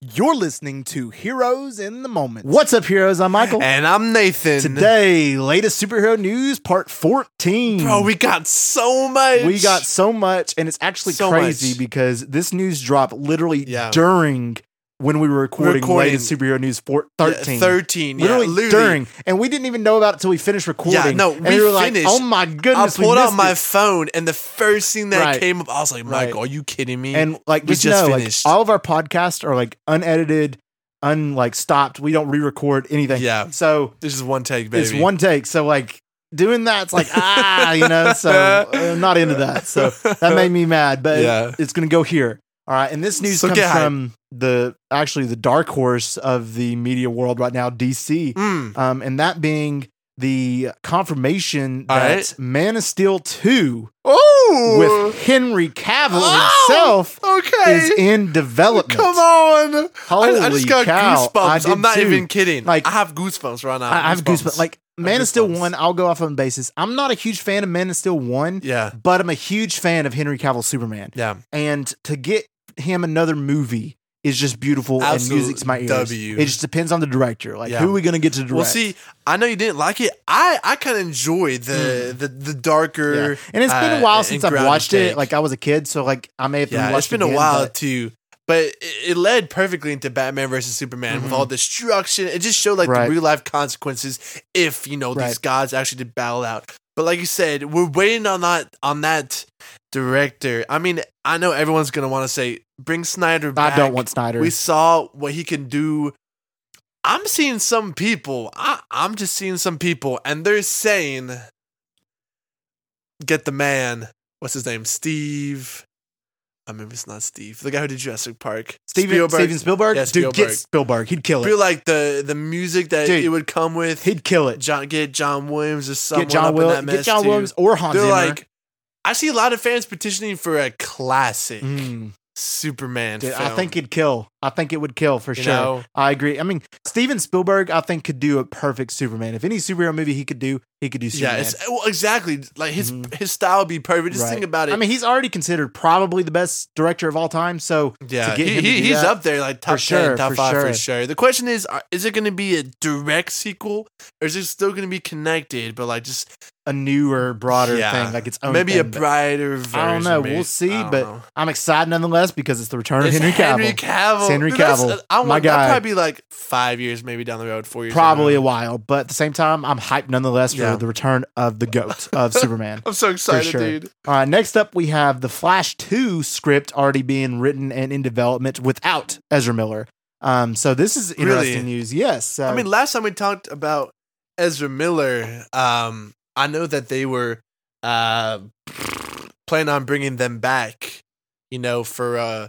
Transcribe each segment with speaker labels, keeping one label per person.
Speaker 1: You're listening to Heroes in the Moment.
Speaker 2: What's up, heroes? I'm Michael.
Speaker 3: And I'm Nathan.
Speaker 2: Today, latest superhero news, part 14.
Speaker 3: Bro, we got so much.
Speaker 2: We got so much, and it's actually
Speaker 3: So
Speaker 2: crazy
Speaker 3: much.
Speaker 2: because this news dropped literally
Speaker 3: Yeah.
Speaker 2: during when we were recording,
Speaker 3: Recording.
Speaker 2: latest superhero news four,
Speaker 3: Yeah,
Speaker 2: 13.
Speaker 3: 13. Yeah,
Speaker 2: Literally
Speaker 3: literally.
Speaker 2: during, and we didn't even know about it until we finished recording.
Speaker 3: no,
Speaker 2: and
Speaker 3: we
Speaker 2: were like,
Speaker 3: finished.
Speaker 2: "Oh my
Speaker 3: I
Speaker 2: goodness!" we
Speaker 3: pulled out
Speaker 2: missed
Speaker 3: my
Speaker 2: it."
Speaker 3: phone, and the first thing that
Speaker 2: Right.
Speaker 3: came up, I was like,
Speaker 2: Right.
Speaker 3: Michael, are you kidding me?
Speaker 2: and like
Speaker 3: we
Speaker 2: just,
Speaker 3: just
Speaker 2: know, like,
Speaker 3: finished.
Speaker 2: all of our podcasts are like unedited, un like stopped. We don't re-record anything.
Speaker 3: Yeah.
Speaker 2: so
Speaker 3: this is one take, baby.
Speaker 2: It's one take. So like doing that's like ah, you know. So uh, not into that. So that made me mad. But
Speaker 3: Yeah.
Speaker 2: it's gonna go here. All right. And this news
Speaker 3: So
Speaker 2: comes
Speaker 3: get hype.
Speaker 2: from the actually the dark horse of the media world right now, DC.
Speaker 3: Mm.
Speaker 2: Um, and that being the confirmation
Speaker 3: All
Speaker 2: that
Speaker 3: right.
Speaker 2: Man of Steel two
Speaker 3: Oh,
Speaker 2: with Henry Cavill
Speaker 3: Oh!
Speaker 2: himself
Speaker 3: okay.
Speaker 2: is in development.
Speaker 3: Come on.
Speaker 2: Holy
Speaker 3: I, I just got
Speaker 2: cow. I
Speaker 3: goosebumps.
Speaker 2: did
Speaker 3: I'm not
Speaker 2: too.
Speaker 3: even kidding.
Speaker 2: Like-
Speaker 3: I have goosebumps right now.
Speaker 2: I, I have goosebumps. Like Man of Steel
Speaker 3: goosebumps.
Speaker 2: one, I'll go off on basis. I'm not a huge fan of Man of Steel one,
Speaker 3: yeah,
Speaker 2: but I'm a huge fan of Henry Cavill's Superman,
Speaker 3: yeah.
Speaker 2: and to get him another movie is just beautiful
Speaker 3: Absolute
Speaker 2: and music to my ears.
Speaker 3: W.
Speaker 2: It just depends on the director. Like
Speaker 3: Yeah.
Speaker 2: who are we gonna get to direct?
Speaker 3: Well, see, I know you didn't like it. I, I kind of enjoyed the, the the darker.
Speaker 2: Hmm. Yeah. and it's been
Speaker 3: uh,
Speaker 2: a while
Speaker 3: and
Speaker 2: since I've
Speaker 3: grounded
Speaker 2: watched it.
Speaker 3: take.
Speaker 2: Like I was a kid, so like I may have been
Speaker 3: yeah, it's
Speaker 2: watched
Speaker 3: been
Speaker 2: it again,
Speaker 3: a while
Speaker 2: but-
Speaker 3: too. But it, it led perfectly into Batman versus Superman with
Speaker 2: Mhm.
Speaker 3: all destruction. It just showed like
Speaker 2: Right.
Speaker 3: the real life consequences if you know these
Speaker 2: Right.
Speaker 3: gods actually did battle out. But like you said, we're waiting on that on that director. I mean, I know everyone's gonna want to say bring Snyder back.
Speaker 2: I don't want Snyder.
Speaker 3: We saw what he can do. I'm seeing some people. I, I'm just seeing some people, and they're saying, "Get the man. What's his name? Steve. I mean, it's not Steve. The guy who did Jurassic Park.
Speaker 2: Steven Spielberg. Steven Spielberg,
Speaker 3: Yeah,
Speaker 2: dude,
Speaker 3: Spielberg.
Speaker 2: get Spielberg. He'd kill
Speaker 3: I
Speaker 2: it.
Speaker 3: feel like the the music that
Speaker 2: Dude.
Speaker 3: it would come with.
Speaker 2: He'd kill it.
Speaker 3: John, get John Williams or someone
Speaker 2: Get John
Speaker 3: up in
Speaker 2: Williams.
Speaker 3: that mess
Speaker 2: Get John
Speaker 3: too.
Speaker 2: Williams or Hans
Speaker 3: They're
Speaker 2: Zimmer.
Speaker 3: like, I see a lot of fans petitioning for a classic
Speaker 2: Mm,
Speaker 3: Superman.
Speaker 2: dude,
Speaker 3: film.
Speaker 2: I think it'd kill. I think it would kill for
Speaker 3: you
Speaker 2: sure.
Speaker 3: know?
Speaker 2: I agree. I mean, Steven Spielberg, I think, could do a perfect Superman. If any superhero movie he could do, he could do Superman.
Speaker 3: Yeah, it's, well, exactly. Like his
Speaker 2: Mhm.
Speaker 3: his style would be perfect. Just
Speaker 2: Right.
Speaker 3: think about it.
Speaker 2: I mean, he's already considered probably the best director of all time. So,
Speaker 3: yeah,
Speaker 2: to get
Speaker 3: he,
Speaker 2: him to
Speaker 3: he-
Speaker 2: do
Speaker 3: he's
Speaker 2: that-
Speaker 3: up there, like top
Speaker 2: sure,
Speaker 3: ten, top
Speaker 2: for
Speaker 3: five
Speaker 2: sure.
Speaker 3: for sure. The question is, are- is it going to be a direct sequel, or is it still going to be connected, but like just
Speaker 2: a newer, broader
Speaker 3: Yeah.
Speaker 2: thing, like its own.
Speaker 3: maybe
Speaker 2: thing,
Speaker 3: a
Speaker 2: but
Speaker 3: brighter version?
Speaker 2: Oh, uh, I don't know.
Speaker 3: maybe.
Speaker 2: We'll see.
Speaker 3: I don't
Speaker 2: But
Speaker 3: know.
Speaker 2: I'm excited nonetheless because it's the return
Speaker 3: It's
Speaker 2: of Henry Cavill.
Speaker 3: Cavill.
Speaker 2: It's Henry
Speaker 3: Dude, that's-
Speaker 2: Cavill.
Speaker 3: I want,
Speaker 2: My guy.
Speaker 3: That'll probably be like five years, maybe down the road, four years. down the
Speaker 2: Probably a
Speaker 3: road.
Speaker 2: while, but at the same time, I'm hyped nonetheless for
Speaker 3: Yeah.
Speaker 2: the return of the goat of Superman.
Speaker 3: I'm so excited,
Speaker 2: sure.
Speaker 3: dude.
Speaker 2: All right, Uh, next up, we have the Flash 2 script already being written and in development without Ezra Miller. Um, so this is interesting
Speaker 3: Really?
Speaker 2: news. Yes. So,
Speaker 3: I mean, last time we talked about Ezra Miller, um, I know that they were uh, planning on bringing them back, you know, for uh,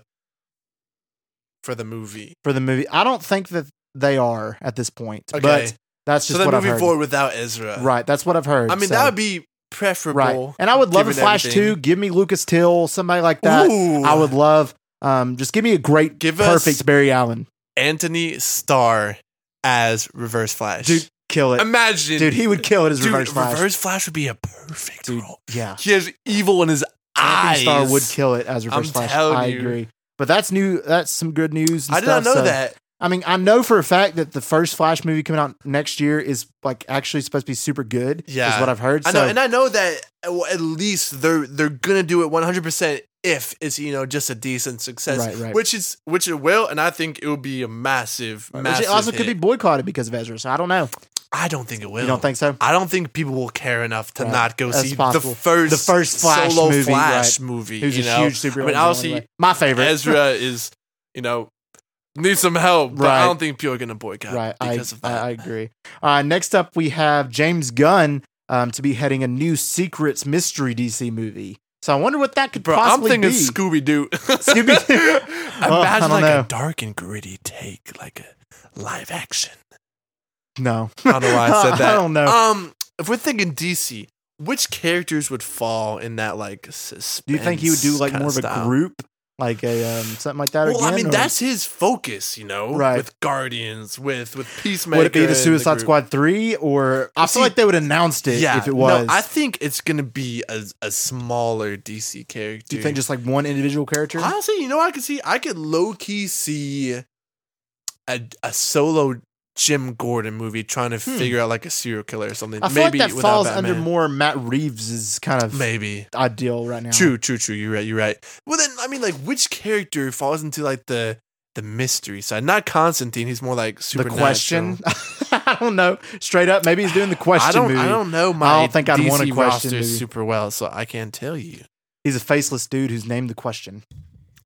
Speaker 3: for the movie.
Speaker 2: for the movie, I don't think that they are at this point,
Speaker 3: Okay.
Speaker 2: but that's
Speaker 3: So
Speaker 2: just
Speaker 3: they're
Speaker 2: what I've
Speaker 3: moving
Speaker 2: heard.
Speaker 3: forward without Ezra.
Speaker 2: Right. That's what I've heard.
Speaker 3: uh, I mean,
Speaker 2: so-
Speaker 3: that would be preferable.
Speaker 2: right. And I would love a
Speaker 3: given
Speaker 2: Flash 2.
Speaker 3: everything.
Speaker 2: Give me Lucas Till, somebody like that.
Speaker 3: Ooh.
Speaker 2: I would love. Um, just give me a great,
Speaker 3: Give us-
Speaker 2: perfect Barry Allen.
Speaker 3: Anthony Starr as Reverse Flash.
Speaker 2: Dude, kill it.
Speaker 3: imagine.
Speaker 2: Dude, he would kill it as
Speaker 3: Dude,
Speaker 2: Reverse Flash.
Speaker 3: would be a perfect
Speaker 2: Dude,
Speaker 3: role.
Speaker 2: yeah.
Speaker 3: He has evil in his eyes.
Speaker 2: Anthony Starr would kill it as Reverse
Speaker 3: I'm
Speaker 2: Flash.
Speaker 3: telling
Speaker 2: I
Speaker 3: you.
Speaker 2: agree. But that's new. That's some good news. and
Speaker 3: I did not
Speaker 2: stuff,
Speaker 3: know
Speaker 2: so-
Speaker 3: that.
Speaker 2: I mean, I know for a fact that the first Flash movie coming out next year is like actually supposed to be super good.
Speaker 3: Yeah.
Speaker 2: is what I've heard.
Speaker 3: I
Speaker 2: so
Speaker 3: know, and I know that uh, well, at least they're they're gonna do it 100 percent if it's you know just a decent success,
Speaker 2: Right, right.
Speaker 3: which is which it will, and I think it will be a massive,
Speaker 2: which
Speaker 3: massive.
Speaker 2: it also could be
Speaker 3: hit.
Speaker 2: boycotted because of Ezra. So I don't know.
Speaker 3: I don't think it will.
Speaker 2: You don't think so?
Speaker 3: I don't think people will care enough to
Speaker 2: Right.
Speaker 3: not go
Speaker 2: That's
Speaker 3: see
Speaker 2: possible.
Speaker 3: the first
Speaker 2: The first Flash
Speaker 3: solo
Speaker 2: movie,
Speaker 3: Flash
Speaker 2: right.
Speaker 3: movie.
Speaker 2: Who's
Speaker 3: you
Speaker 2: a
Speaker 3: know?
Speaker 2: huge superhero?
Speaker 3: I mean,
Speaker 2: villain
Speaker 3: obviously,
Speaker 2: anyway. my favorite
Speaker 3: Ezra is you know needs some help, but
Speaker 2: Right.
Speaker 3: I don't think people are gonna boycott
Speaker 2: right, I,
Speaker 3: because of that.
Speaker 2: I, I agree. Uh, next up, we have James Gunn um, to be heading a new Secrets mystery DC movie. So I wonder what that could
Speaker 3: Bro, I'm
Speaker 2: possibly
Speaker 3: thinking
Speaker 2: be.
Speaker 3: Scooby Doo.
Speaker 2: Scooby-Doo. Well, I
Speaker 3: Imagine
Speaker 2: don't
Speaker 3: like
Speaker 2: know.
Speaker 3: a dark and gritty take, like a live action.
Speaker 2: no,
Speaker 3: I don't know why I said that.
Speaker 2: I don't know.
Speaker 3: Um, if we're thinking DC, which characters would fall in that like suspense?
Speaker 2: do you think he would do like
Speaker 3: kinda
Speaker 2: more of a
Speaker 3: style?
Speaker 2: group, like a um, something like that?
Speaker 3: Well,
Speaker 2: again,
Speaker 3: I mean,
Speaker 2: or-
Speaker 3: that's his focus, you know,
Speaker 2: Right.
Speaker 3: with Guardians, with with Peacemaker.
Speaker 2: would it be
Speaker 3: and
Speaker 2: the Suicide
Speaker 3: group.
Speaker 2: Squad three or I
Speaker 3: See-
Speaker 2: feel like they would announced it
Speaker 3: Yeah,
Speaker 2: if it was.
Speaker 3: no, I think it's gonna be a, a smaller DC character.
Speaker 2: do you think just like one individual character?
Speaker 3: Honestly, you know, what I could see. I could low key see a, a solo Jim Gordon movie trying to
Speaker 2: Hmm.
Speaker 3: figure out like a serial killer or something.
Speaker 2: I feel
Speaker 3: Maybe
Speaker 2: like that
Speaker 3: without
Speaker 2: falls
Speaker 3: Batman.
Speaker 2: under more Matt Reeves' kind of
Speaker 3: Maybe.
Speaker 2: ideal right now.
Speaker 3: True, true, true. You're right. You're right. Well, then I mean, like, which character falls into like the the mystery side? Not Constantine. He's more like
Speaker 2: The
Speaker 3: supernatural.
Speaker 2: question. I don't know. Straight up, maybe he's doing the question
Speaker 3: I don't.
Speaker 2: movie.
Speaker 3: I don't know. My
Speaker 2: don't think I'd
Speaker 3: DC
Speaker 2: want a question
Speaker 3: roster
Speaker 2: movie.
Speaker 3: super well, so I can't tell you
Speaker 2: He's a faceless dude who's named the question.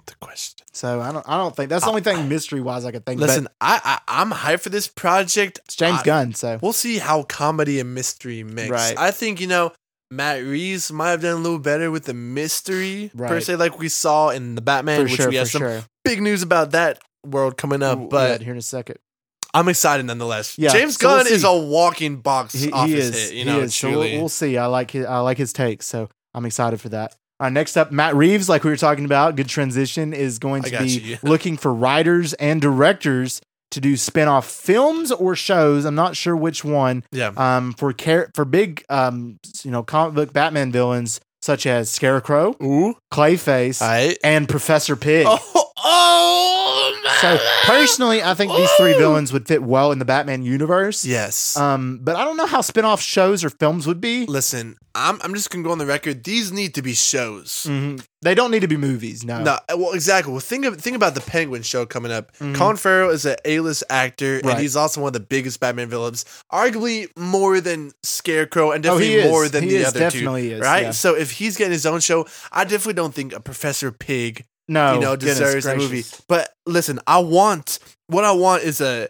Speaker 3: the question.
Speaker 2: So I don't. I don't think that's the only thing mystery wise I could think.
Speaker 3: Listen, I, I I'm hyped for this project.
Speaker 2: it's James
Speaker 3: I-
Speaker 2: Gunn. So
Speaker 3: We'll see how comedy and mystery mix.
Speaker 2: Right.
Speaker 3: I think you know Matt Reeves might have done a little better with the mystery per
Speaker 2: Right.
Speaker 3: se, like we saw in the Batman,
Speaker 2: for
Speaker 3: which
Speaker 2: sure,
Speaker 3: we
Speaker 2: for
Speaker 3: have some
Speaker 2: sure.
Speaker 3: big news about that world coming up.
Speaker 2: We'll do
Speaker 3: but
Speaker 2: that here in a second,
Speaker 3: I'm excited nonetheless.
Speaker 2: Yeah,
Speaker 3: James
Speaker 2: so we'll
Speaker 3: Gunn is
Speaker 2: see.
Speaker 3: a walking box
Speaker 2: he, he
Speaker 3: office
Speaker 2: is.
Speaker 3: hit. You know,
Speaker 2: he is. So
Speaker 3: truly.
Speaker 2: we'll, we'll see. I like his. I like his takes. So I'm excited for that. All right, next up, Matt Reeves, like we were talking about, good transition, is going
Speaker 3: I
Speaker 2: to
Speaker 3: got
Speaker 2: be
Speaker 3: you.
Speaker 2: looking for writers and directors to do spin-off films or shows. I'm not sure which one.
Speaker 3: yeah.
Speaker 2: Um, for care for big um, you know, comic book Batman villains such as Scarecrow,
Speaker 3: Ooh.
Speaker 2: Clayface,
Speaker 3: All right.
Speaker 2: and Professor Pig.
Speaker 3: Oh, oh man.
Speaker 2: So personally, I think these three
Speaker 3: Woo!
Speaker 2: villains would fit well in the Batman universe.
Speaker 3: yes.
Speaker 2: Um, but I don't know how spin-off shows or films would be.
Speaker 3: Listen, I'm I'm just gonna go on the record. These need to be shows.
Speaker 2: Mhm. They don't need to be movies. No.
Speaker 3: No, uh, well, exactly. Well, think of think about the Penguin show coming up.
Speaker 2: Mhm.
Speaker 3: Colin Farrell is an A-list actor, and
Speaker 2: Right.
Speaker 3: he's also one of the biggest Batman villains, arguably more than Scarecrow, and
Speaker 2: Oh,
Speaker 3: definitely
Speaker 2: he is.
Speaker 3: more than
Speaker 2: he
Speaker 3: the
Speaker 2: is,
Speaker 3: other two.
Speaker 2: definitely is.
Speaker 3: Right.
Speaker 2: yeah.
Speaker 3: So if he's getting his own show, I definitely don't think a Professor Pig,
Speaker 2: No.
Speaker 3: you know,
Speaker 2: Oh, goodness
Speaker 3: deserves a
Speaker 2: gracious.
Speaker 3: movie. But listen, I want what I want is a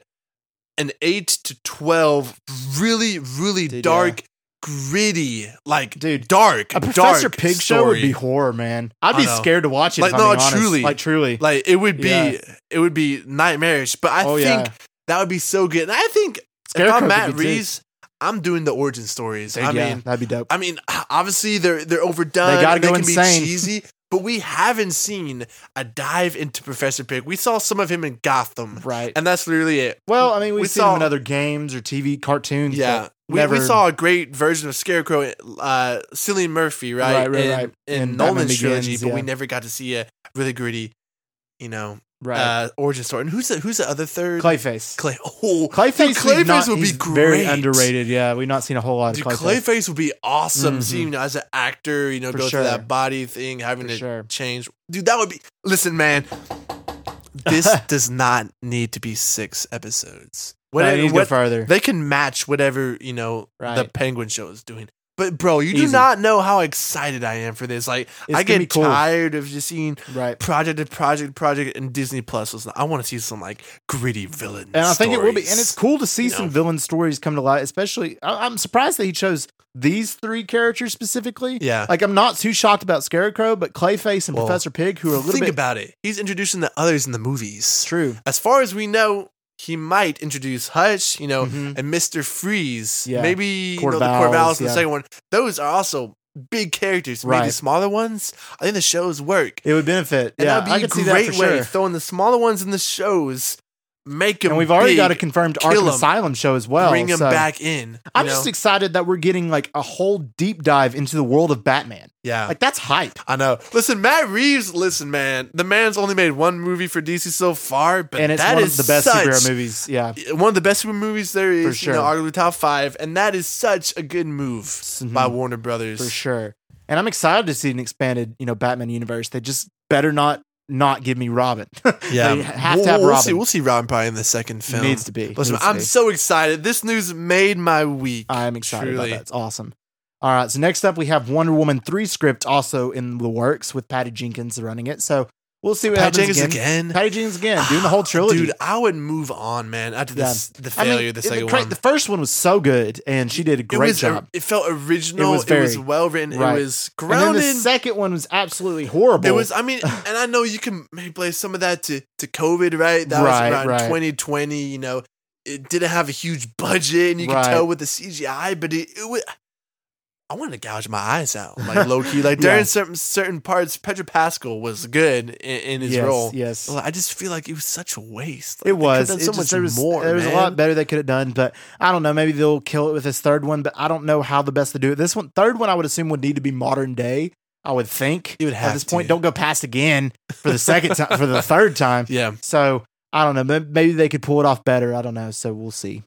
Speaker 3: an eight to twelve, really, really
Speaker 2: Dude,
Speaker 3: dark, gritty, like
Speaker 2: Dude,
Speaker 3: dark,
Speaker 2: A Professor
Speaker 3: dark
Speaker 2: Pig show would
Speaker 3: story.
Speaker 2: be horror, man. I'd
Speaker 3: I
Speaker 2: be
Speaker 3: know.
Speaker 2: scared to watch it.
Speaker 3: Like,
Speaker 2: if I'm
Speaker 3: no,
Speaker 2: being honest.
Speaker 3: truly.
Speaker 2: Like truly.
Speaker 3: Like it would be,
Speaker 2: Yeah.
Speaker 3: it would be nightmarish. But I
Speaker 2: oh
Speaker 3: think
Speaker 2: yeah.
Speaker 3: that would be so good. And I think
Speaker 2: Scarecrow could
Speaker 3: if I'm Matt
Speaker 2: be too.
Speaker 3: Reeves, I'm doing the origin stories.
Speaker 2: Dude,
Speaker 3: I
Speaker 2: yeah,
Speaker 3: mean,
Speaker 2: that'd be dope.
Speaker 3: I mean, obviously they're they're overdone.
Speaker 2: They gotta
Speaker 3: they
Speaker 2: go
Speaker 3: can
Speaker 2: insane.
Speaker 3: be cheesy. But we haven't seen a dive into Professor Pig. We saw some of him in Gotham,
Speaker 2: right.
Speaker 3: and that's literally it.
Speaker 2: Well, I mean, we've
Speaker 3: we
Speaker 2: seen
Speaker 3: saw-
Speaker 2: them in other games or TV cartoons.
Speaker 3: Yeah,
Speaker 2: but
Speaker 3: we,
Speaker 2: never,
Speaker 3: we saw a great version of Scarecrow, uh, Cillian Murphy, right,
Speaker 2: Right, right,
Speaker 3: in,
Speaker 2: right.
Speaker 3: in
Speaker 2: In Batman
Speaker 3: Nolan's trilogy,
Speaker 2: Begins,
Speaker 3: but we
Speaker 2: yeah.
Speaker 3: never got to see a really gritty, you know,
Speaker 2: right.
Speaker 3: uh, origin story. And who's the who's the other third?
Speaker 2: Clayface.
Speaker 3: Clay. Oh,
Speaker 2: Clayface,
Speaker 3: Dude,
Speaker 2: is
Speaker 3: Clayface
Speaker 2: not-
Speaker 3: would be
Speaker 2: he's very
Speaker 3: great.
Speaker 2: underrated. Yeah, we've not seen a whole lot
Speaker 3: Dude,
Speaker 2: of Clayface.
Speaker 3: Clayface would be awesome
Speaker 2: Mhm.
Speaker 3: seeing you know, as an actor, you know,
Speaker 2: For
Speaker 3: go
Speaker 2: sure.
Speaker 3: through that body thing, having
Speaker 2: for
Speaker 3: to
Speaker 2: sure.
Speaker 3: change. Dude, that would be. Listen, man, this does not need to be six episodes.
Speaker 2: Whatever, no, you
Speaker 3: Whatever,
Speaker 2: need to go
Speaker 3: what,
Speaker 2: further.
Speaker 3: they can match whatever you know the
Speaker 2: Right.
Speaker 3: Penguin show is doing. But bro, you do
Speaker 2: Easy.
Speaker 3: not know how excited I am for this. Like,
Speaker 2: It's
Speaker 3: I
Speaker 2: gonna be
Speaker 3: get
Speaker 2: cool.
Speaker 3: tired of just seeing
Speaker 2: right.
Speaker 3: project to project, project, and Disney Plus. was like, I want to see some like gritty villains.
Speaker 2: And I think it will be. And it's cool to see
Speaker 3: You
Speaker 2: some
Speaker 3: know.
Speaker 2: villain stories come to light, especially. I, I'm surprised that he chose these three characters specifically.
Speaker 3: yeah.
Speaker 2: Like, I'm not too shocked about Scarecrow, but Clayface and
Speaker 3: Well,
Speaker 2: Professor Pig, who are a little
Speaker 3: Think
Speaker 2: bit.
Speaker 3: about it. He's introducing the others in the movies.
Speaker 2: true.
Speaker 3: As far as we know, he might introduce Hutch, you know,
Speaker 2: Mhm.
Speaker 3: and Mr. Freeze.
Speaker 2: Yeah.
Speaker 3: Maybe you know, the
Speaker 2: Corvallis,
Speaker 3: Corvallis in the
Speaker 2: yeah.
Speaker 3: second one. Those are also big characters. Maybe
Speaker 2: Right.
Speaker 3: smaller ones. I think the shows work.
Speaker 2: It would benefit.
Speaker 3: And
Speaker 2: yeah,
Speaker 3: that'd be
Speaker 2: I
Speaker 3: a
Speaker 2: could see that
Speaker 3: great
Speaker 2: for
Speaker 3: way.
Speaker 2: sure.
Speaker 3: Throwing the smaller ones in the shows, make them
Speaker 2: And we've already
Speaker 3: big,
Speaker 2: got a confirmed
Speaker 3: kill
Speaker 2: Arkham
Speaker 3: 'em,
Speaker 2: Asylum show as well.
Speaker 3: bring them
Speaker 2: so-
Speaker 3: back in. you
Speaker 2: I'm
Speaker 3: know?
Speaker 2: just excited that we're getting like a whole deep dive into the world of Batman.
Speaker 3: yeah.
Speaker 2: Like that's hype.
Speaker 3: I know. Listen, Matt Reeves. Listen, man, the man's only made one movie for DC so far, but
Speaker 2: and it's
Speaker 3: that
Speaker 2: one of
Speaker 3: is
Speaker 2: the best
Speaker 3: such-
Speaker 2: superhero movies. Yeah.
Speaker 3: one of the best super movies there is,
Speaker 2: For
Speaker 3: you know,
Speaker 2: sure.
Speaker 3: arguably top five, and that is such a good move
Speaker 2: Mhm.
Speaker 3: by Warner Brothers.
Speaker 2: for sure. And I'm excited to see an expanded, you know, Batman universe. They just better not not give me Robin.
Speaker 3: Yeah,
Speaker 2: They have
Speaker 3: we'll,
Speaker 2: to have
Speaker 3: we'll
Speaker 2: Robin.
Speaker 3: See, we'll see Robin probably in the second film.
Speaker 2: Needs to be.
Speaker 3: Listen,
Speaker 2: Needs to
Speaker 3: I'm
Speaker 2: be. Uh,
Speaker 3: so excited. This news made my week.
Speaker 2: I'm excited
Speaker 3: Truly.
Speaker 2: about that. It's awesome. All right. So next up, we have Wonder Woman three script also in the works with Patty Jenkins running it. So we'll see what
Speaker 3: Pat
Speaker 2: happens
Speaker 3: Jenkins
Speaker 2: again.
Speaker 3: again.
Speaker 2: Patty Jenkins again doing the whole trilogy.
Speaker 3: Ah, Dude, I would move on, man. After
Speaker 2: Yeah.
Speaker 3: this, the
Speaker 2: I mean,
Speaker 3: failure, of the
Speaker 2: it-
Speaker 3: second
Speaker 2: cra-
Speaker 3: one.
Speaker 2: The first one was so good, and she did a great
Speaker 3: it was,
Speaker 2: job.
Speaker 3: It felt original. It
Speaker 2: It
Speaker 3: was,
Speaker 2: was very-
Speaker 3: well written.
Speaker 2: right.
Speaker 3: It was
Speaker 2: and
Speaker 3: grounded.
Speaker 2: then the second one was absolutely horrible.
Speaker 3: It was, I mean, and I know you can maybe play some of that to, to COVID, right? That
Speaker 2: Right,
Speaker 3: was around
Speaker 2: right.
Speaker 3: 2020, you know, it didn't have a huge budget and you
Speaker 2: Right.
Speaker 3: can tell with the CGI, but it, it was, I wanted to gouge my eyes out, like low key. Like during
Speaker 2: Yeah.
Speaker 3: certain certain parts, Pedro Pascal was good in, in his
Speaker 2: yes,
Speaker 3: role.
Speaker 2: Yes,
Speaker 3: But I just feel like it was such a waste. Like,
Speaker 2: it
Speaker 3: they could've
Speaker 2: was.
Speaker 3: done
Speaker 2: It
Speaker 3: so
Speaker 2: just-
Speaker 3: much
Speaker 2: there was,
Speaker 3: more.
Speaker 2: There was a lot
Speaker 3: man.
Speaker 2: better they could have done, but I don't know. Maybe they'll kill it with this third one, but I don't know how the best to do it. This one, third one, I would assume would need to be modern day. I would think
Speaker 3: It would have
Speaker 2: at this
Speaker 3: to.
Speaker 2: point. Don't go past again for the second time for the third time.
Speaker 3: Yeah.
Speaker 2: So I don't know. may- Maybe they could pull it off better. I don't know. So we'll see.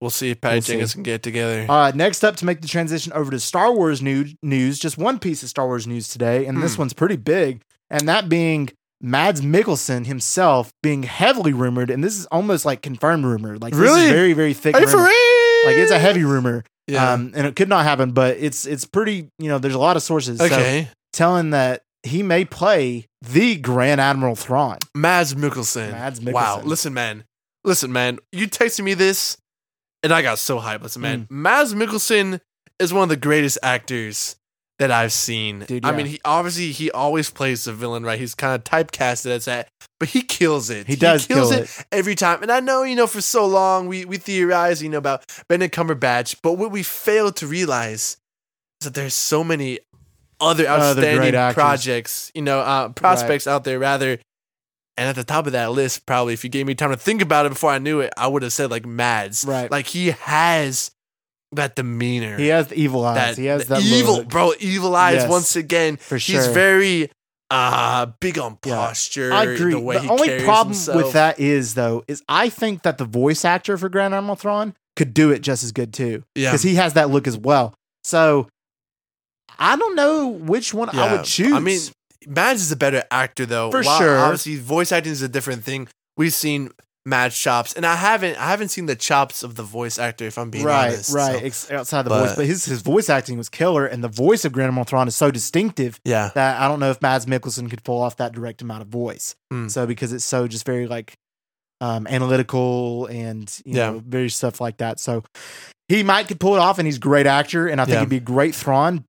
Speaker 3: We'll see if Patty
Speaker 2: We'll see. Uh,
Speaker 3: Jenkins can get it together.
Speaker 2: All right. Next up, to make the transition over to Star Wars new- news, just one piece of Star Wars news today, and this
Speaker 1: Hmm.
Speaker 2: one's pretty big, and that being Mads Mikkelsen himself being heavily rumored, and this is almost like confirmed rumor. Like this
Speaker 3: Really?
Speaker 2: is very very thick.
Speaker 3: Are you for
Speaker 2: rumor.
Speaker 3: real?
Speaker 2: Like it's a heavy rumor,
Speaker 3: Yeah.
Speaker 2: um, and it could not happen, but it's it's pretty. You know, there's a lot of sources. so
Speaker 3: okay.
Speaker 2: telling that he may play the Grand Admiral Thrawn.
Speaker 3: Mads Mikkelsen.
Speaker 2: Mads
Speaker 3: Wow.
Speaker 2: Mikkelsen.
Speaker 3: Listen, man. Listen, man. You texted me this, and I got so hyped. Listen,
Speaker 2: Mm.
Speaker 3: man. Mads Mikkelsen is one of the greatest actors that I've seen.
Speaker 2: Dude,
Speaker 3: I
Speaker 2: yeah.
Speaker 3: mean, he obviously he always plays the villain, right? He's kind of typecasted as that, but he kills it.
Speaker 2: He does
Speaker 3: kills
Speaker 2: kill
Speaker 3: it. every time. And I know, you know, for so long we we theorize, you know, about Benedict Cumberbatch, but what we fail to realize is that there's so many other
Speaker 2: Other great
Speaker 3: outstanding
Speaker 2: actors.
Speaker 3: projects, you know, uh, prospects out there rather. And at the top of that list, probably if you gave me time to think about it before I knew it, I would have said like Mads.
Speaker 2: Right.
Speaker 3: Like he has that demeanor.
Speaker 2: He has the evil eyes.
Speaker 3: that,
Speaker 2: he has
Speaker 3: the
Speaker 2: that
Speaker 3: evil,
Speaker 2: look,
Speaker 3: bro, evil eyes
Speaker 2: Yes.
Speaker 3: once again.
Speaker 2: for sure.
Speaker 3: He's very uh big on
Speaker 2: Yeah.
Speaker 3: posture.
Speaker 2: I agree.
Speaker 3: The, way
Speaker 2: the
Speaker 3: he
Speaker 2: only
Speaker 3: carries
Speaker 2: problem
Speaker 3: himself.
Speaker 2: with that is though is I think that the voice actor for Grand Admiral Thrawn could do it just as good too
Speaker 3: yeah.
Speaker 2: because he has that look as well. So I don't know which one I
Speaker 3: Yeah,
Speaker 2: would choose.
Speaker 3: I mean, Mads is a better actor though.
Speaker 2: For
Speaker 3: While
Speaker 2: sure.
Speaker 3: Obviously, voice acting is a different thing. We've seen Mads chops, and I haven't. I haven't seen the chops of the voice actor. If I'm being
Speaker 2: right,
Speaker 3: honest,
Speaker 2: right,
Speaker 3: So,
Speaker 2: ex- outside the
Speaker 3: but-
Speaker 2: voice, but his his voice acting was killer, and the voice of Grand Admiral Thrawn is so distinctive
Speaker 3: yeah.
Speaker 2: that I don't know if Mads Mikkelsen could pull off that direct amount of voice.
Speaker 3: Mm.
Speaker 2: So because it's so just very like um, analytical and you
Speaker 3: Yeah.
Speaker 2: know very stuff like that. So he might could pull it off, and he's a great actor, and I think
Speaker 3: Yeah.
Speaker 2: he'd be a great Thrawn.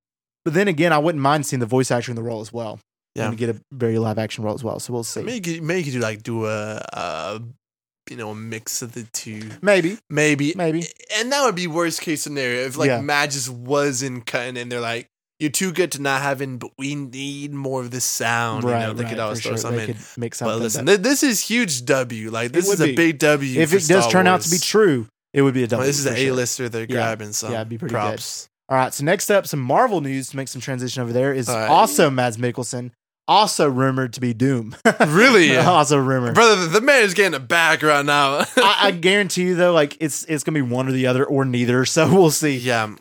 Speaker 2: But then again, I wouldn't mind seeing the voice actor in the role as well.
Speaker 3: Yeah.
Speaker 2: and get a very live action role as well. So we'll see.
Speaker 3: Maybe you could- maybe you could do like do a, uh you know a mix of the two.
Speaker 2: Maybe,
Speaker 3: Maybe
Speaker 2: maybe.
Speaker 3: and that would be worst case scenario if like
Speaker 2: Yeah.
Speaker 3: Mads just wasn't cutting, and they're like. You're too good to not have in, but we need more of the sound. you know, they could
Speaker 2: for
Speaker 3: always throw
Speaker 2: sure.
Speaker 3: something
Speaker 2: They
Speaker 3: in.
Speaker 2: could make something.
Speaker 3: But listen,
Speaker 2: that-
Speaker 3: th- this is huge W. Like this
Speaker 2: would
Speaker 3: is a
Speaker 2: be.
Speaker 3: big W.
Speaker 2: if
Speaker 3: for
Speaker 2: it does
Speaker 3: Star
Speaker 2: turn out to be
Speaker 3: Wars.
Speaker 2: true, it would be a
Speaker 3: Well,
Speaker 2: double.
Speaker 3: this is
Speaker 2: for
Speaker 3: an
Speaker 2: sure.
Speaker 3: A-lister. They're
Speaker 2: Yeah.
Speaker 3: grabbing some
Speaker 2: Yeah, it'd be pretty good.
Speaker 3: props.
Speaker 2: All right. So next up, some Marvel news to make some transition over there is
Speaker 3: All right.
Speaker 2: also Mads Mikkelsen, also rumored to be Doom.
Speaker 3: Really?
Speaker 2: also rumored.
Speaker 3: Brother, the man is getting a back right now.
Speaker 2: Oh. I, I guarantee you though, like it's it's gonna be one or the other or neither. So we'll see.
Speaker 3: yeah.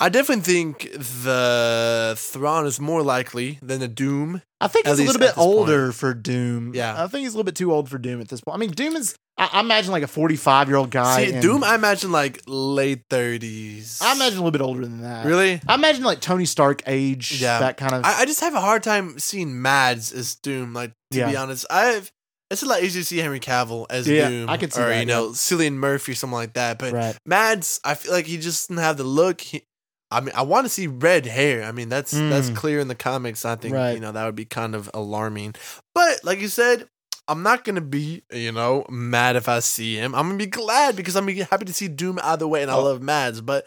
Speaker 3: I definitely think the Thrawn is more likely than the Doom.
Speaker 2: I think
Speaker 3: At
Speaker 2: he's a
Speaker 3: least
Speaker 2: little
Speaker 3: at
Speaker 2: bit
Speaker 3: this
Speaker 2: older for Doom.
Speaker 3: Yeah.
Speaker 2: I think he's a little bit too old for Doom at this point. I mean, Doom is. I, I imagine like a forty-five year old guy.
Speaker 3: See,
Speaker 2: and
Speaker 3: Doom, I imagine like late 30s.
Speaker 2: I imagine a little bit older than that.
Speaker 3: Really?
Speaker 2: I imagine like Tony Stark age.
Speaker 3: Yeah.
Speaker 2: That kind of.
Speaker 3: I, I just have a hard time seeing Mads as Doom. Like, to
Speaker 2: Yeah.
Speaker 3: be honest, I've. It's a lot easier to see Henry Cavill as
Speaker 2: Yeah,
Speaker 3: Doom.
Speaker 2: I could see
Speaker 3: Or,
Speaker 2: that,
Speaker 3: you know, Cillian Murphy or something like that. But
Speaker 2: right.
Speaker 3: Mads, I feel like he just didn't have the look. He, I mean, I want to see red hair. I mean, that's that's
Speaker 2: Mm.
Speaker 3: clear in the comics. I think
Speaker 2: Right.
Speaker 3: you know that would be kind of alarming. But like you said, I'm not gonna be you know mad if I see him. I'm gonna be glad because I'm gonna be happy to see Doom either way, and I
Speaker 2: Oh.
Speaker 3: love Mads. But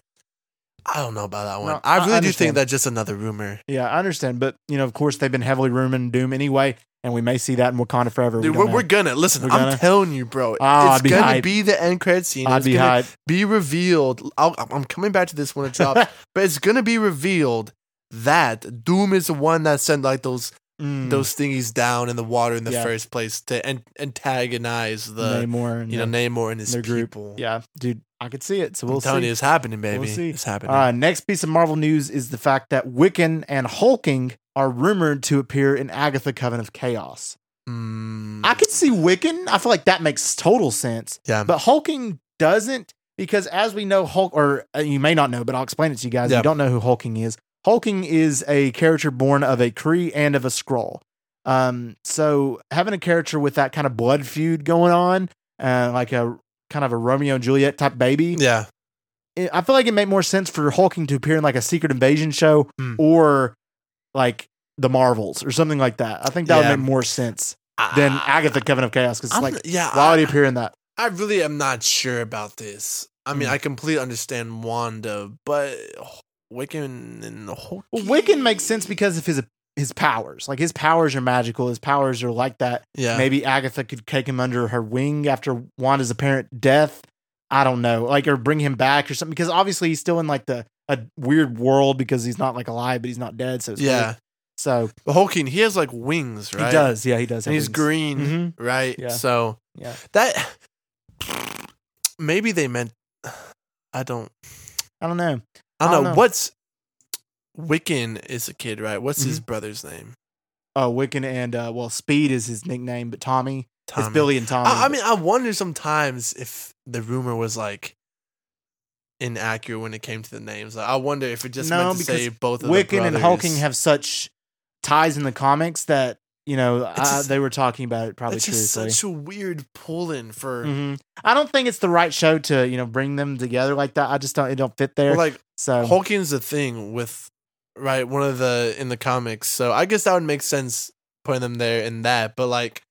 Speaker 3: I don't know about that one.
Speaker 2: No,
Speaker 3: I
Speaker 2: I- I
Speaker 3: really do think
Speaker 2: understand.
Speaker 3: that's just another rumor.
Speaker 2: Yeah, I understand, but you know, of course, they've been heavily rumoring Doom anyway, and we may see that in Wakanda Forever. We
Speaker 3: Dude,
Speaker 2: don't
Speaker 3: we're,
Speaker 2: know.
Speaker 3: we're gonna listen.
Speaker 2: We're
Speaker 3: I'm
Speaker 2: gonna-
Speaker 3: telling you, bro.
Speaker 2: Ah,
Speaker 3: it's
Speaker 2: I'd be
Speaker 3: gonna
Speaker 2: hyped.
Speaker 3: be the end credit scene.
Speaker 2: I'd
Speaker 3: it's
Speaker 2: be
Speaker 3: gonna
Speaker 2: hyped.
Speaker 3: be revealed. I'll, I'm coming back to this when it drops. but it's gonna be revealed that Doom is the one that sent like those
Speaker 2: Mm,
Speaker 3: those thingies down in the water in the
Speaker 2: Yeah.
Speaker 3: first place to an-
Speaker 2: uh,
Speaker 3: antagonize the
Speaker 2: Namor and
Speaker 3: you know
Speaker 2: the-
Speaker 3: Namor and his
Speaker 2: their group.
Speaker 3: people.
Speaker 2: yeah, dude, I could see it. So
Speaker 3: I'm
Speaker 2: we'll
Speaker 3: telling
Speaker 2: see.
Speaker 3: you, it's happening, baby.
Speaker 2: see.
Speaker 3: It's happening.
Speaker 2: Uh, next piece of Marvel news is the fact that Wiccan and Hulking are rumored to appear in Agatha Coven of Chaos.
Speaker 3: Mm,
Speaker 2: I could see Wiccan. I feel like that makes total sense.
Speaker 3: Yeah.
Speaker 2: But Hulking doesn't because, as we know, Hulk, or uh, you may not know, but I'll explain it to you guys. if
Speaker 3: Yeah.
Speaker 2: You don't know who Hulking is. Hulking is a character born of a Kree and of a Skrull. Um, so having a character with that kind of blood feud going on, uh, like a kind of a Romeo and Juliet type baby,
Speaker 3: yeah,
Speaker 2: it- I feel like it made more sense for Hulking to appear in like a Secret Invasion show
Speaker 3: Hmm.
Speaker 2: or like the Marvels or something like that. I think that
Speaker 3: Yeah.
Speaker 2: would make more sense than
Speaker 3: I-
Speaker 2: Agatha Coven of Chaos because
Speaker 3: Ah. I'm-
Speaker 2: like
Speaker 3: yeah,
Speaker 2: why would he
Speaker 3: I-
Speaker 2: appear in that?
Speaker 3: I really am not sure about this. I mean,
Speaker 2: Mm.
Speaker 3: I completely understand Wanda, but Wiccan and the whole
Speaker 2: Well, Wiccan makes sense because of his his powers. Like his powers are magical. His powers are like that.
Speaker 3: yeah,
Speaker 2: Maybe Agatha could take him under her wing after Wanda's apparent death. I don't know, like or bring him back or something because obviously he's still in like the a weird world because he's not like alive but he's not dead. So it's
Speaker 3: yeah.
Speaker 2: weird. so
Speaker 3: But Hulking, he has like wings, right?
Speaker 2: he does. Yeah, he does.
Speaker 3: and
Speaker 2: have
Speaker 3: he's
Speaker 2: wings.
Speaker 3: green,
Speaker 2: Mhm.
Speaker 3: right?
Speaker 2: Yeah.
Speaker 3: So
Speaker 2: Yeah.
Speaker 3: That maybe they meant. I don't.
Speaker 2: I don't know.
Speaker 3: I
Speaker 2: I
Speaker 3: don't,
Speaker 2: don't
Speaker 3: know.
Speaker 2: know.
Speaker 3: what's. Wiccan is a kid, right? What's
Speaker 2: Mm-hmm.
Speaker 3: his brother's name?
Speaker 2: Uh, Wiccan and uh, well, Speed is his nickname, but Tommy,
Speaker 3: Tommy.
Speaker 2: it's Billy and Tommy.
Speaker 3: I, I
Speaker 2: but-
Speaker 3: mean, I wonder sometimes if the rumor was like inaccurate when it came to the names. Like, I wonder if it just
Speaker 2: No,
Speaker 3: meant to
Speaker 2: because
Speaker 3: say both of the
Speaker 2: Wiccan
Speaker 3: brothers.
Speaker 2: and Hulking have such ties in the comics that you know I,
Speaker 3: It's just-
Speaker 2: they were talking about it probably
Speaker 3: That's just
Speaker 2: truthfully.
Speaker 3: such a weird pull-in for
Speaker 2: Mhm. I don't think it's the right show to you know bring them together like that. I just don't. It don't fit there.
Speaker 3: well, like
Speaker 2: so
Speaker 3: Hulking's the thing with right one of the in the comics. So I guess that would make sense putting them there in that. But like,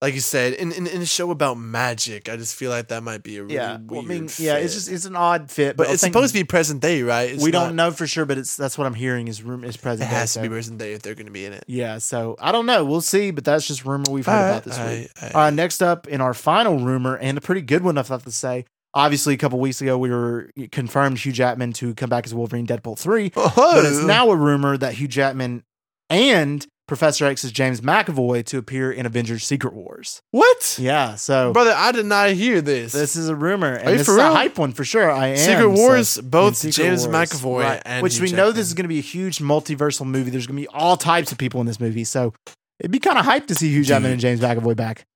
Speaker 3: like you said, in in, in a show about magic, I just feel like that might be a really
Speaker 2: yeah,
Speaker 3: weird.
Speaker 2: well, I mean, yeah, it's
Speaker 3: fit.
Speaker 2: just it's an odd fit.
Speaker 3: But it's supposed to be present day, right? It's
Speaker 2: we
Speaker 3: not-
Speaker 2: don't know for sure, but it's that's what I'm hearing is room is
Speaker 3: It
Speaker 2: present. day,
Speaker 3: has
Speaker 2: so-
Speaker 3: to be present day if they're going to be in it.
Speaker 2: Yeah, so I don't know. We'll see, but that's just rumor we've heard about this week. Uh, next up in our final rumor, and a pretty good one, I thought to say. Obviously, a couple weeks ago, we were confirmed Hugh Jackman to come back as Wolverine Deadpool 3,
Speaker 3: oh,
Speaker 2: but it's now a rumor that Hugh Jackman and Professor X's James McAvoy to appear in Avengers Secret Wars.
Speaker 3: what,
Speaker 2: Yeah, so
Speaker 3: brother? I did not hear this.
Speaker 2: this is a rumor, and
Speaker 3: Are you
Speaker 2: this
Speaker 3: for
Speaker 2: is a
Speaker 3: real?
Speaker 2: hype one for sure. I am.
Speaker 3: Secret
Speaker 2: so-
Speaker 3: Wars, both
Speaker 2: in Secret
Speaker 3: James
Speaker 2: Wars.
Speaker 3: McAvoy
Speaker 2: Right.
Speaker 3: and
Speaker 2: which
Speaker 3: Hugh
Speaker 2: we know
Speaker 3: Jackman.
Speaker 2: this is going to be a huge multiversal movie. There's going to be all types of people in this movie, so it'd be kind of hype to see Hugh Jackman
Speaker 3: Dude.
Speaker 2: and James McAvoy back.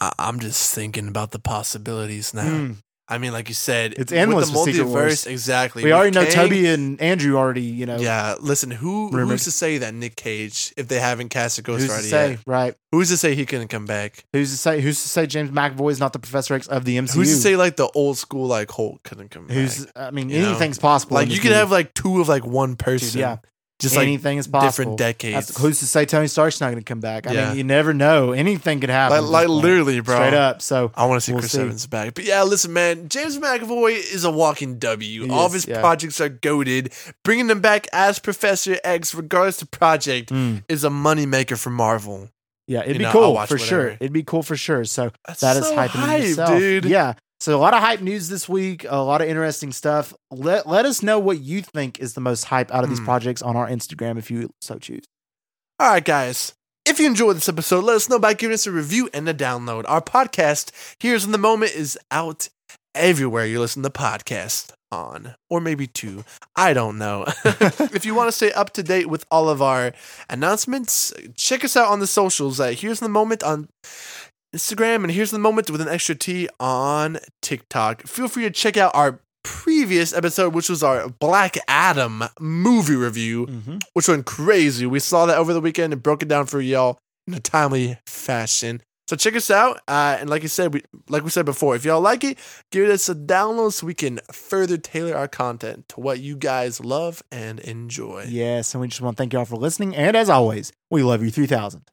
Speaker 3: I- I'm just thinking about the possibilities now.
Speaker 2: Mm.
Speaker 3: I mean, like you said,
Speaker 2: It's endless
Speaker 3: with
Speaker 2: with
Speaker 3: the
Speaker 2: Secret Wars.
Speaker 3: multiverse. Exactly.
Speaker 2: We
Speaker 3: With
Speaker 2: already know
Speaker 3: Kang-
Speaker 2: Toby and Andrew already. You know,
Speaker 3: Yeah, listen. Who
Speaker 2: Rumored.
Speaker 3: who's to say that Nick Cage, if they haven't cast a Ghost
Speaker 2: who's to
Speaker 3: Rider
Speaker 2: say?
Speaker 3: yet,
Speaker 2: Right?
Speaker 3: who's to say he couldn't come back?
Speaker 2: Who's to say? Who's to say James McAvoy is not the Professor X of the MCU?
Speaker 3: Who's to say like the old school like Hulk couldn't come
Speaker 2: Who's?
Speaker 3: back?
Speaker 2: I mean,
Speaker 3: you know?
Speaker 2: anything's possible.
Speaker 3: Like
Speaker 2: in
Speaker 3: you
Speaker 2: this
Speaker 3: could
Speaker 2: movie.
Speaker 3: have like two of like one person.
Speaker 2: yeah.
Speaker 3: just like
Speaker 2: anything is possible.
Speaker 3: different decades.
Speaker 2: That's- who's to say Tony Stark's not going to come back? I
Speaker 3: Yeah.
Speaker 2: mean, you never know. Anything could happen.
Speaker 3: like
Speaker 2: at this
Speaker 3: like
Speaker 2: point.
Speaker 3: literally, bro.
Speaker 2: straight up. So
Speaker 3: I want to see
Speaker 2: We'll
Speaker 3: Chris
Speaker 2: see.
Speaker 3: Evans back. But yeah, listen, man, James McAvoy is a walking W.
Speaker 2: He
Speaker 3: All of
Speaker 2: is,
Speaker 3: his
Speaker 2: yeah.
Speaker 3: projects are goaded. Bringing them back as Professor X, regardless to project,
Speaker 2: mm.
Speaker 3: is a moneymaker for Marvel.
Speaker 2: Yeah, it'd
Speaker 3: You
Speaker 2: be
Speaker 3: know, I'll
Speaker 2: cool for
Speaker 3: watch
Speaker 2: sure.
Speaker 3: whatever.
Speaker 2: It'd be cool for sure. So
Speaker 3: That's
Speaker 2: that is
Speaker 3: so
Speaker 2: hype, in and of
Speaker 3: hype,
Speaker 2: itself.
Speaker 3: dude.
Speaker 2: Yeah. So a lot of hype news this week. A lot of interesting stuff. Let let us know what you think is the most hype out of these
Speaker 3: Hmm.
Speaker 2: projects on our Instagram if you so choose.
Speaker 3: All right, guys. If you enjoyed this episode, let us know by giving us a review and a download. Our podcast, Here's in the Moment, is out everywhere you listen to podcasts on, or maybe two. I don't know. if you want to stay up to date with all of our announcements, check us out on the socials at Here's in the Moment on Instagram and Here's in the Moment with an extra T on TikTok. Feel free to check out our previous episode, which was our Black Adam movie review
Speaker 2: Mm-hmm.
Speaker 3: which went crazy. We saw that over the weekend and broke it down for y'all in a timely fashion. So check us out, uh, and like I said, we like we said before, if y'all like it, give us a download so we can further tailor our content to what you guys love and enjoy.
Speaker 2: Yes, and we just want to thank y'all for listening. And as always, we love you three thousand.